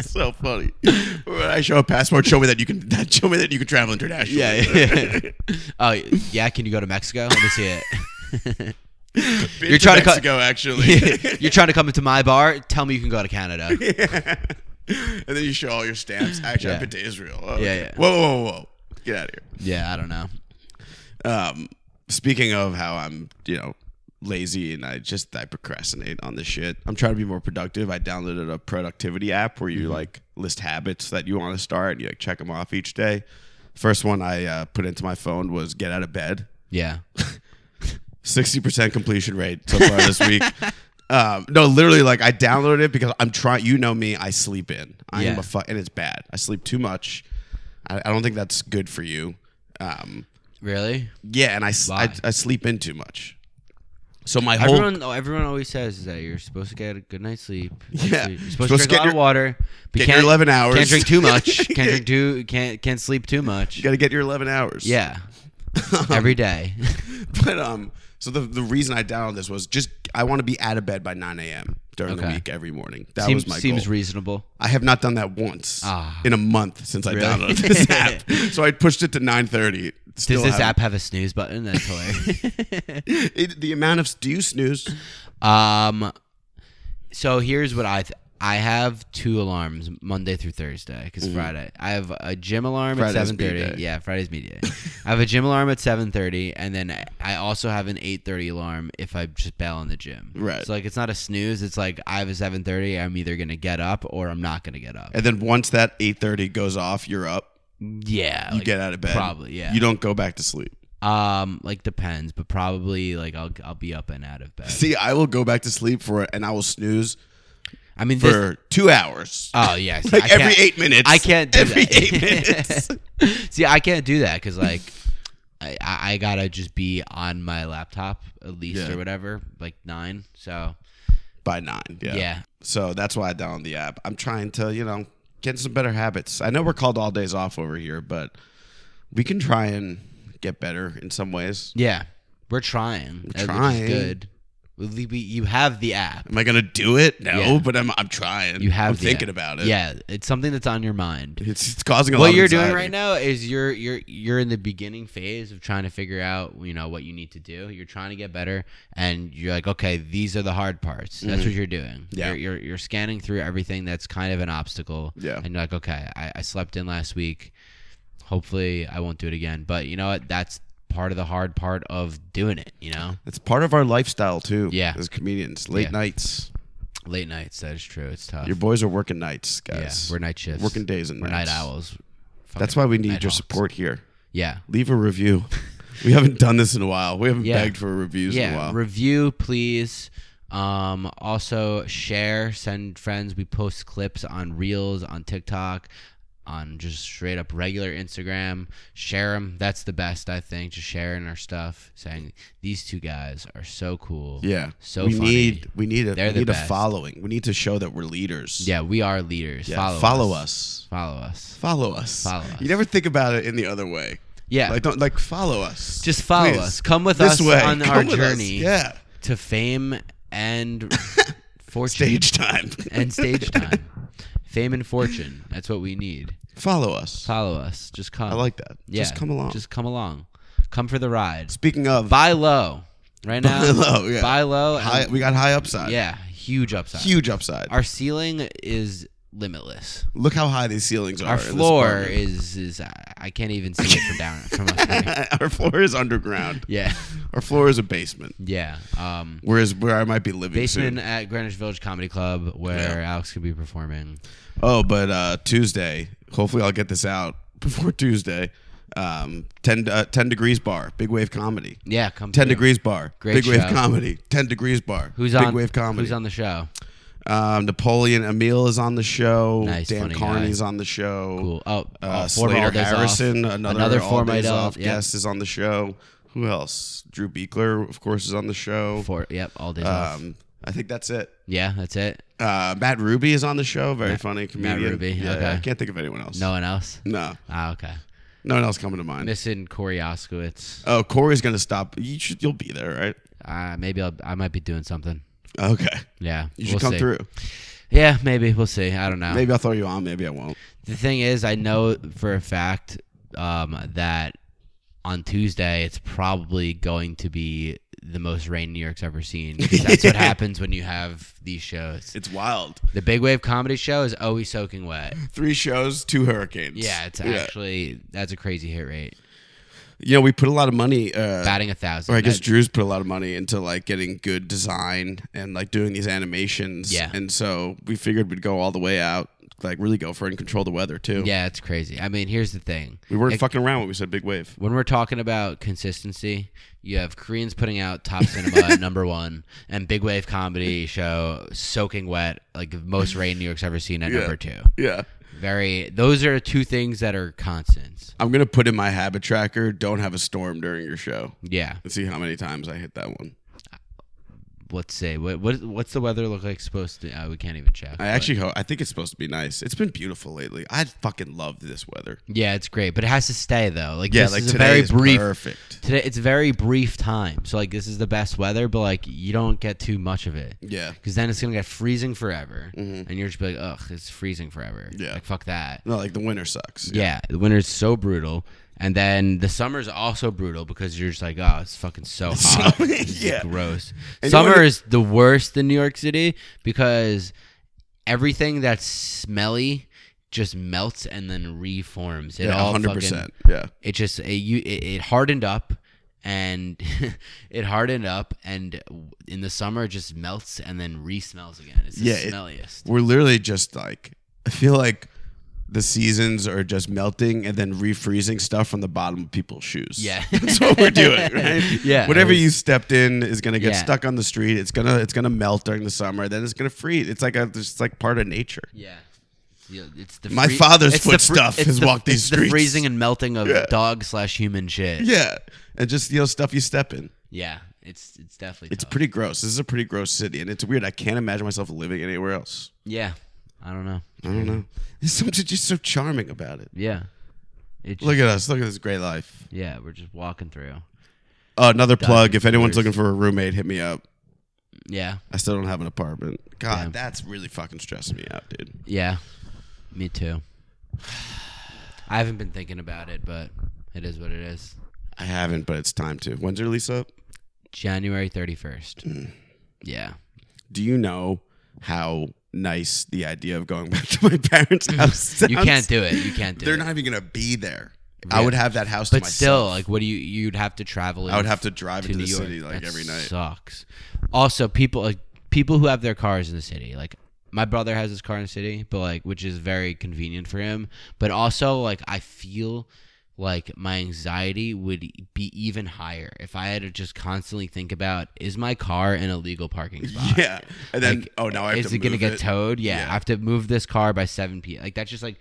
Speaker 1: so funny. When I show a passport, show me that you can that show me that you can travel internationally.
Speaker 2: yeah. oh, yeah. Can you go to Mexico? Let me see it.
Speaker 1: Been
Speaker 2: You're trying to cut-
Speaker 1: Mexico, actually.
Speaker 2: You're trying to come into my bar? Tell me you can go to Canada.
Speaker 1: and then you show all your stamps. Actually, I've
Speaker 2: Yeah.
Speaker 1: been to Israel. Oh,
Speaker 2: Yeah,
Speaker 1: okay.
Speaker 2: yeah.
Speaker 1: Whoa, whoa, whoa, whoa! Get out of
Speaker 2: Yeah, I don't know.
Speaker 1: here. Um, speaking of how I'm, you know, lazy and I just I procrastinate on this shit. I'm trying to be more productive. I downloaded a productivity app where you like list habits that you want to start. You like check them off each day. First one I uh, put into my phone was get out of bed.
Speaker 2: Yeah.
Speaker 1: sixty percent completion rate so far this week. Um, no, literally, like I downloaded it because I'm trying. You know me, I sleep in. I am
Speaker 2: Yeah.
Speaker 1: a fuck, and it's bad. I sleep too much. I, I don't think that's good for you. Um,
Speaker 2: Really?
Speaker 1: yeah, and I, s- I-
Speaker 2: Why?
Speaker 1: I sleep in too much. So my whole
Speaker 2: Everyone, oh, everyone always says is that you're supposed to get a good night's sleep. You're
Speaker 1: Yeah.
Speaker 2: supposed to- You're
Speaker 1: Supposed
Speaker 2: supposed,
Speaker 1: to
Speaker 2: to drink
Speaker 1: get
Speaker 2: a lot
Speaker 1: your-
Speaker 2: of water. But
Speaker 1: get your 11 hours.
Speaker 2: Can't drink too much. Can't drink too. Can't can't sleep too much.
Speaker 1: you got to get your eleven hours.
Speaker 2: yeah. Every day.
Speaker 1: but um, so the the reason I downloaded this was just I want to be out of bed by nine a.m. during the
Speaker 2: Okay.
Speaker 1: week every morning. That
Speaker 2: seems
Speaker 1: was my
Speaker 2: seems
Speaker 1: goal.
Speaker 2: reasonable.
Speaker 1: I have not done that once
Speaker 2: Ah.
Speaker 1: in a month since I
Speaker 2: Really?
Speaker 1: downloaded this app. So I pushed it to 9:30.
Speaker 2: Does
Speaker 1: Still
Speaker 2: this
Speaker 1: haven't-
Speaker 2: app have a snooze button? That's hilarious.
Speaker 1: It, the amount of do you snooze?
Speaker 2: Um, so here's what I th- I have two alarms Monday through Thursday because Friday I have a gym alarm at
Speaker 1: Mm-hmm. Friday's
Speaker 2: seven
Speaker 1: media.
Speaker 2: thirty. Yeah, Friday's media. I have a gym alarm at seven thirty, and then I- I also have an eight thirty alarm if I just bail in the gym.
Speaker 1: Right.
Speaker 2: So like it's not a snooze. It's like I have a seven thirty. I'm either gonna get up or I'm not gonna get up.
Speaker 1: And then once that 8:30 goes off, you're up.
Speaker 2: Yeah.
Speaker 1: You
Speaker 2: like,
Speaker 1: get out of bed.
Speaker 2: probably yeah.
Speaker 1: You don't go back to sleep.
Speaker 2: um, like depends, but probably like I'll I'll be up and out of bed.
Speaker 1: See, I will go back to sleep for it, and I will snooze
Speaker 2: I mean this.
Speaker 1: for two hours.
Speaker 2: Oh yes,
Speaker 1: like
Speaker 2: I can't-
Speaker 1: every eight minutes.
Speaker 2: I can't do
Speaker 1: every
Speaker 2: that.
Speaker 1: eight minutes.
Speaker 2: See, I can't do that because like I, I I gotta just be on my laptop at least
Speaker 1: Yeah.
Speaker 2: or whatever, like nine. So
Speaker 1: By nine. Yeah.
Speaker 2: yeah,
Speaker 1: So that's why I downloaded the app. I'm trying to, you know, get some better habits. I know we're called all days off over here, but we can try and get better in some ways.
Speaker 2: yeah, we're trying. We're
Speaker 1: trying.
Speaker 2: good. We- we- You have the app.
Speaker 1: Am I gonna do it? No,
Speaker 2: Yeah.
Speaker 1: but I'm I'm trying.
Speaker 2: You have
Speaker 1: I'm
Speaker 2: the
Speaker 1: thinking
Speaker 2: app.
Speaker 1: about it.
Speaker 2: Yeah, it's something that's on your mind.
Speaker 1: It's, it's causing a lot
Speaker 2: What
Speaker 1: of
Speaker 2: you're doing
Speaker 1: anxiety.
Speaker 2: right now is you're you're you're in the beginning phase of trying to figure out you know what you need to do. You're trying to get better, and you're like, okay, these are the hard parts. That's what you're doing.
Speaker 1: Mm-hmm. Yeah.
Speaker 2: You're, you're you're scanning through everything that's kind of an obstacle.
Speaker 1: Yeah.
Speaker 2: And you're like, okay, I, I slept in last week. Hopefully, I won't do it again. But you know what? That's part of the hard part of doing it. You know.
Speaker 1: It's part of our lifestyle too.
Speaker 2: Yeah.
Speaker 1: As comedians, late
Speaker 2: Yeah.
Speaker 1: nights.
Speaker 2: Late nights, that is true. It's tough.
Speaker 1: Your boys are working nights,
Speaker 2: yeah,
Speaker 1: guys.
Speaker 2: we're night shifts.
Speaker 1: working days and
Speaker 2: We're
Speaker 1: nights.
Speaker 2: night owls.
Speaker 1: That's
Speaker 2: Fucking
Speaker 1: why we need
Speaker 2: night
Speaker 1: your
Speaker 2: hawks.
Speaker 1: support here.
Speaker 2: Yeah.
Speaker 1: Leave a review. we haven't done this in a while. We haven't
Speaker 2: Yeah.
Speaker 1: begged for reviews in a
Speaker 2: Yeah.
Speaker 1: while.
Speaker 2: Review, please. Um, also share, send friends. We post clips on Reels, on TikTok, on just straight up regular Instagram. Share them. That's the best, I think. Just sharing our stuff, saying these two guys are so cool.
Speaker 1: yeah.
Speaker 2: So
Speaker 1: we
Speaker 2: funny.
Speaker 1: need we need a
Speaker 2: They're
Speaker 1: we
Speaker 2: the
Speaker 1: need a
Speaker 2: best.
Speaker 1: following. We need to show that we're leaders.
Speaker 2: Yeah, we are leaders.
Speaker 1: Yeah.
Speaker 2: Follow,
Speaker 1: Follow
Speaker 2: us.
Speaker 1: us.
Speaker 2: Follow us.
Speaker 1: Follow us.
Speaker 2: Follow us.
Speaker 1: You never think about it in the other way.
Speaker 2: Yeah.
Speaker 1: Like don't like follow us.
Speaker 2: just follow
Speaker 1: Please.
Speaker 2: us. Come with
Speaker 1: this
Speaker 2: us
Speaker 1: way
Speaker 2: on
Speaker 1: Come
Speaker 2: our
Speaker 1: with us.
Speaker 2: journey.
Speaker 1: Yeah.
Speaker 2: to fame and fortune
Speaker 1: Stage time.
Speaker 2: and stage time. Fame and fortune. That's what we need.
Speaker 1: follow us.
Speaker 2: Follow us. Just come.
Speaker 1: I like that.
Speaker 2: Yeah,
Speaker 1: Just come along.
Speaker 2: Just come along. Come for the ride.
Speaker 1: Speaking of
Speaker 2: Buy low. Right now.
Speaker 1: Buy low, yeah.
Speaker 2: Buy low. and-
Speaker 1: high, we got high upside.
Speaker 2: yeah. Huge upside.
Speaker 1: Huge upside.
Speaker 2: Our ceiling is limitless.
Speaker 1: Look how high these ceilings are.
Speaker 2: Our
Speaker 1: in this
Speaker 2: floor
Speaker 1: apartment.
Speaker 2: is is I I can't even see it from down from up here.
Speaker 1: Our floor is underground.
Speaker 2: Yeah.
Speaker 1: Our floor is a basement.
Speaker 2: Yeah. Um
Speaker 1: Whereas where I might be living soon.
Speaker 2: basement at Greenwich Village Comedy Club where Alex could be performing.
Speaker 1: Oh, but uh, Tuesday. Hopefully, I'll get this out before Tuesday. Um, 10, uh, 10 degrees bar, big wave comedy.
Speaker 2: Yeah, come
Speaker 1: 10
Speaker 2: through.
Speaker 1: degrees bar,
Speaker 2: Great
Speaker 1: big wave
Speaker 2: show.
Speaker 1: comedy. 10 degrees bar,
Speaker 2: Who's
Speaker 1: big
Speaker 2: on
Speaker 1: wave comedy.
Speaker 2: Who's on the show?
Speaker 1: um, Napoleon Emile is on the show.
Speaker 2: Nice,
Speaker 1: Dan
Speaker 2: funny guy.
Speaker 1: Carney's on the show.
Speaker 2: Cool. Oh,
Speaker 1: uh,
Speaker 2: uh, former
Speaker 1: Slater
Speaker 2: All Days Off.
Speaker 1: Harrison, another,
Speaker 2: another
Speaker 1: All
Speaker 2: former
Speaker 1: Days
Speaker 2: All-
Speaker 1: Off
Speaker 2: yep.
Speaker 1: guest is on the show. Who else? Drew Beekler, of course, is on the show.
Speaker 2: For yep, all days off.
Speaker 1: Um, I think that's it.
Speaker 2: Yeah, that's it.
Speaker 1: Uh, Matt Ruby is on the show. Very funny comedian.
Speaker 2: Ruby,
Speaker 1: Yeah,
Speaker 2: okay.
Speaker 1: I can't think of anyone else.
Speaker 2: No one else.
Speaker 1: no,
Speaker 2: Ah, okay.
Speaker 1: no one else coming to mind.
Speaker 2: Missing Corey Oskowitz.
Speaker 1: Oh, Corey's gonna stop. You should. You'll be there, right?
Speaker 2: Uh, maybe I'll, I might be doing something.
Speaker 1: Okay.
Speaker 2: Yeah,
Speaker 1: You should
Speaker 2: we'll
Speaker 1: come
Speaker 2: see. Ah.
Speaker 1: through.
Speaker 2: Yeah, maybe we'll see. I don't know.
Speaker 1: Maybe I'll throw you on. Maybe I won't.
Speaker 2: The thing is, I know for a fact um, that on Tuesday it's probably going to be the most rain New York's ever seen. 'cause That's what happens when you have these shows.
Speaker 1: It's wild.
Speaker 2: The Big Wave Comedy Show is always soaking wet.
Speaker 1: Three shows, two hurricanes.
Speaker 2: Yeah, it's actually that's a crazy hit rate.
Speaker 1: You know, we put a lot of money. Uh,
Speaker 2: Batting a thousand.
Speaker 1: Or I guess
Speaker 2: That-
Speaker 1: Drew's put a lot of money into like getting good design and like doing these animations.
Speaker 2: Yeah.
Speaker 1: And so we figured we'd go all the way out, like really go for it and control the weather too.
Speaker 2: yeah, it's crazy. I mean, here's the thing:
Speaker 1: We weren't
Speaker 2: It-
Speaker 1: fucking around when we said big wave.
Speaker 2: when we're talking about consistency, you have Koreans putting out Top Cinema at number one, and Big Wave Comedy Show soaking wet, like the most rain New York's ever seen at
Speaker 1: Yeah.
Speaker 2: number two.
Speaker 1: Yeah.
Speaker 2: Very. Those are two things that are constants.
Speaker 1: I'm gonna put in my habit tracker, don't have a storm during your show.
Speaker 2: Yeah.
Speaker 1: Let's see how many times I hit that one.
Speaker 2: Let's see. What, what what's the weather look like supposed to? Uh, we can't even check.
Speaker 1: I
Speaker 2: but-
Speaker 1: actually hope I think it's supposed to be nice. It's been beautiful lately. I fucking love this weather.
Speaker 2: Yeah, it's great, but it has to stay though. Like
Speaker 1: Yeah,
Speaker 2: this
Speaker 1: like
Speaker 2: is a
Speaker 1: today
Speaker 2: very
Speaker 1: is
Speaker 2: brief.
Speaker 1: perfect.
Speaker 2: Today it's very brief time, so like this is the best weather, but like you don't get too much of it.
Speaker 1: Yeah.
Speaker 2: Because then it's gonna get freezing forever, and you're just be like, ugh, it's freezing forever.
Speaker 1: Mm-hmm. Yeah.
Speaker 2: like fuck that.
Speaker 1: No, like the winter sucks.
Speaker 2: Yeah. the winter's so brutal, and then the summer's also brutal because you're just like, oh, it's fucking so hot.
Speaker 1: So-
Speaker 2: This is
Speaker 1: yeah.
Speaker 2: gross.
Speaker 1: And you
Speaker 2: Summer
Speaker 1: wonder-
Speaker 2: is the worst in New York City because everything that's smelly just melts and then reforms. It
Speaker 1: Yeah,
Speaker 2: all
Speaker 1: hundred
Speaker 2: 100%. fucking
Speaker 1: percent. Yeah.
Speaker 2: it just it, you it, it hardened up and it hardened up and in the summer it just melts and then resmells again it's the
Speaker 1: Yeah, it-
Speaker 2: smelliest
Speaker 1: We're literally just like I feel like the seasons are just melting and then refreezing stuff from the bottom of people's shoes.
Speaker 2: Yeah.
Speaker 1: that's what we're doing, right?
Speaker 2: Yeah.
Speaker 1: whatever you stepped in is gonna get
Speaker 2: Yeah.
Speaker 1: stuck on the street. It's gonna it's gonna melt during the summer. Then it's gonna freeze. It's like a it's like part of nature.
Speaker 2: yeah Yeah, it's the
Speaker 1: My father's
Speaker 2: it's the fr-
Speaker 1: footstuff
Speaker 2: it's
Speaker 1: has
Speaker 2: the-
Speaker 1: walked these
Speaker 2: it's
Speaker 1: streets.
Speaker 2: the freezing and melting of
Speaker 1: Yeah.
Speaker 2: dog slash human shit yeah.
Speaker 1: Yeah, and just you know stuff you step in.
Speaker 2: it's it's definitely
Speaker 1: It's
Speaker 2: tough.
Speaker 1: pretty gross. This is a pretty gross city, and it's weird. I can't imagine myself living anywhere else.
Speaker 2: yeah i don't know
Speaker 1: I don't know. There's something just so charming about it.
Speaker 2: yeah it just,
Speaker 1: Look at us. Look at this great life.
Speaker 2: yeah we're just walking through
Speaker 1: Uh, another plug.
Speaker 2: Dodgers
Speaker 1: If anyone's
Speaker 2: Steelers.
Speaker 1: looking for a roommate, hit me up.
Speaker 2: Yeah.
Speaker 1: I still don't have an apartment. God,
Speaker 2: Damn.
Speaker 1: that's really fucking stressing me out, dude.
Speaker 2: Yeah. Me too. I haven't been thinking about it, but it is what it is.
Speaker 1: I haven't, but it's time to. When's your lease up?
Speaker 2: January 31st.
Speaker 1: Mm.
Speaker 2: Yeah.
Speaker 1: Do you know how nice the idea of going back to my parents' house sounds?
Speaker 2: You can't do it. You can't do
Speaker 1: They're
Speaker 2: it.
Speaker 1: not even gonna be there. I
Speaker 2: Yeah.
Speaker 1: would have that house to
Speaker 2: but
Speaker 1: myself.
Speaker 2: still, like, what do you? You'd have to travel.
Speaker 1: I would
Speaker 2: in
Speaker 1: have to drive into
Speaker 2: New
Speaker 1: the
Speaker 2: York.
Speaker 1: city like
Speaker 2: That
Speaker 1: every night.
Speaker 2: Sucks. Also, people like people who have their cars in the city. Like my brother has his car in the city, but like which is very convenient for him. But also, like I feel like my anxiety would be even higher if I had to just constantly think about is my car in a legal parking spot.
Speaker 1: yeah, and then
Speaker 2: Like,
Speaker 1: oh now I have
Speaker 2: is
Speaker 1: to
Speaker 2: it gonna
Speaker 1: move
Speaker 2: get
Speaker 1: it.
Speaker 2: towed? Yeah,
Speaker 1: Yeah.
Speaker 2: I have to move this car by seven p. Like that's just like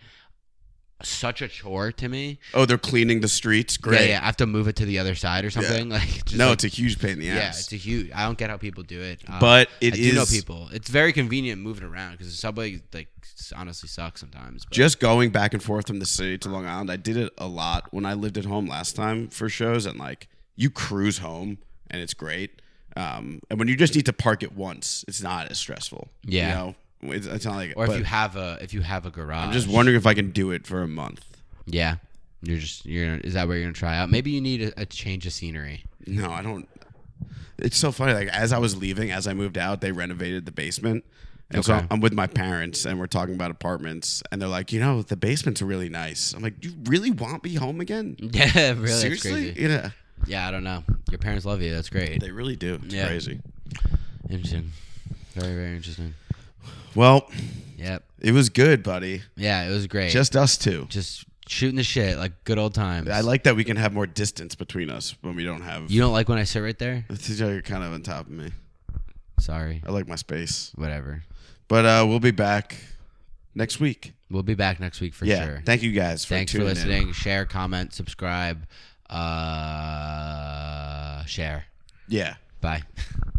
Speaker 2: such a chore to me.
Speaker 1: oh, they're cleaning the streets. Great.
Speaker 2: Yeah, yeah, I have to move it to the other side or something. Like just
Speaker 1: no,
Speaker 2: like,
Speaker 1: it's a huge pain in the
Speaker 2: yeah,
Speaker 1: ass.
Speaker 2: it's a huge. I don't get how people do it. Um,
Speaker 1: but it
Speaker 2: I
Speaker 1: is
Speaker 2: do know people. It's very convenient moving around because the subway like s- honestly sucks sometimes. But
Speaker 1: just going back and forth from the city to Long Island. I did it a lot when I lived at home last time for shows, and like you cruise home and it's great. Um, and when you just need to park it once, it's not as stressful.
Speaker 2: Yeah.
Speaker 1: you know? it's, it's not like.
Speaker 2: or
Speaker 1: but
Speaker 2: if you have a if you have a garage,
Speaker 1: I'm just wondering if I can do it for a month.
Speaker 2: yeah, you're just you're is that where you're gonna try out? Maybe you need a, a change of scenery.
Speaker 1: No, I don't. It's so funny. Like as I was leaving, as I moved out, they renovated the basement. And so
Speaker 2: Okay.
Speaker 1: I'm with my parents and we're talking about apartments and they're like, you know, the basement's really nice. I'm like, you really want me home again?
Speaker 2: Yeah, Mm, really, that's
Speaker 1: Seriously?
Speaker 2: crazy.
Speaker 1: Yeah.
Speaker 2: Yeah, I don't know. Your parents love you. That's great.
Speaker 1: They really do. It's
Speaker 2: Yeah.
Speaker 1: crazy.
Speaker 2: Interesting. Very very interesting.
Speaker 1: Well,
Speaker 2: Yep.
Speaker 1: it was good, buddy.
Speaker 2: Yeah, it was great.
Speaker 1: Just us two.
Speaker 2: just shooting the shit like good old times.
Speaker 1: I like that we can have more distance between us when we don't have.
Speaker 2: you don't like when I sit right there?
Speaker 1: This is how you're kind of on top of me.
Speaker 2: Sorry.
Speaker 1: I like my space.
Speaker 2: Whatever.
Speaker 1: But uh, we'll be back next week.
Speaker 2: We'll be back next week for
Speaker 1: yeah.
Speaker 2: sure.
Speaker 1: Thank you guys for
Speaker 2: Thanks for
Speaker 1: tuning in.
Speaker 2: listening. Share, comment, subscribe, uh, share.
Speaker 1: Yeah.
Speaker 2: Bye.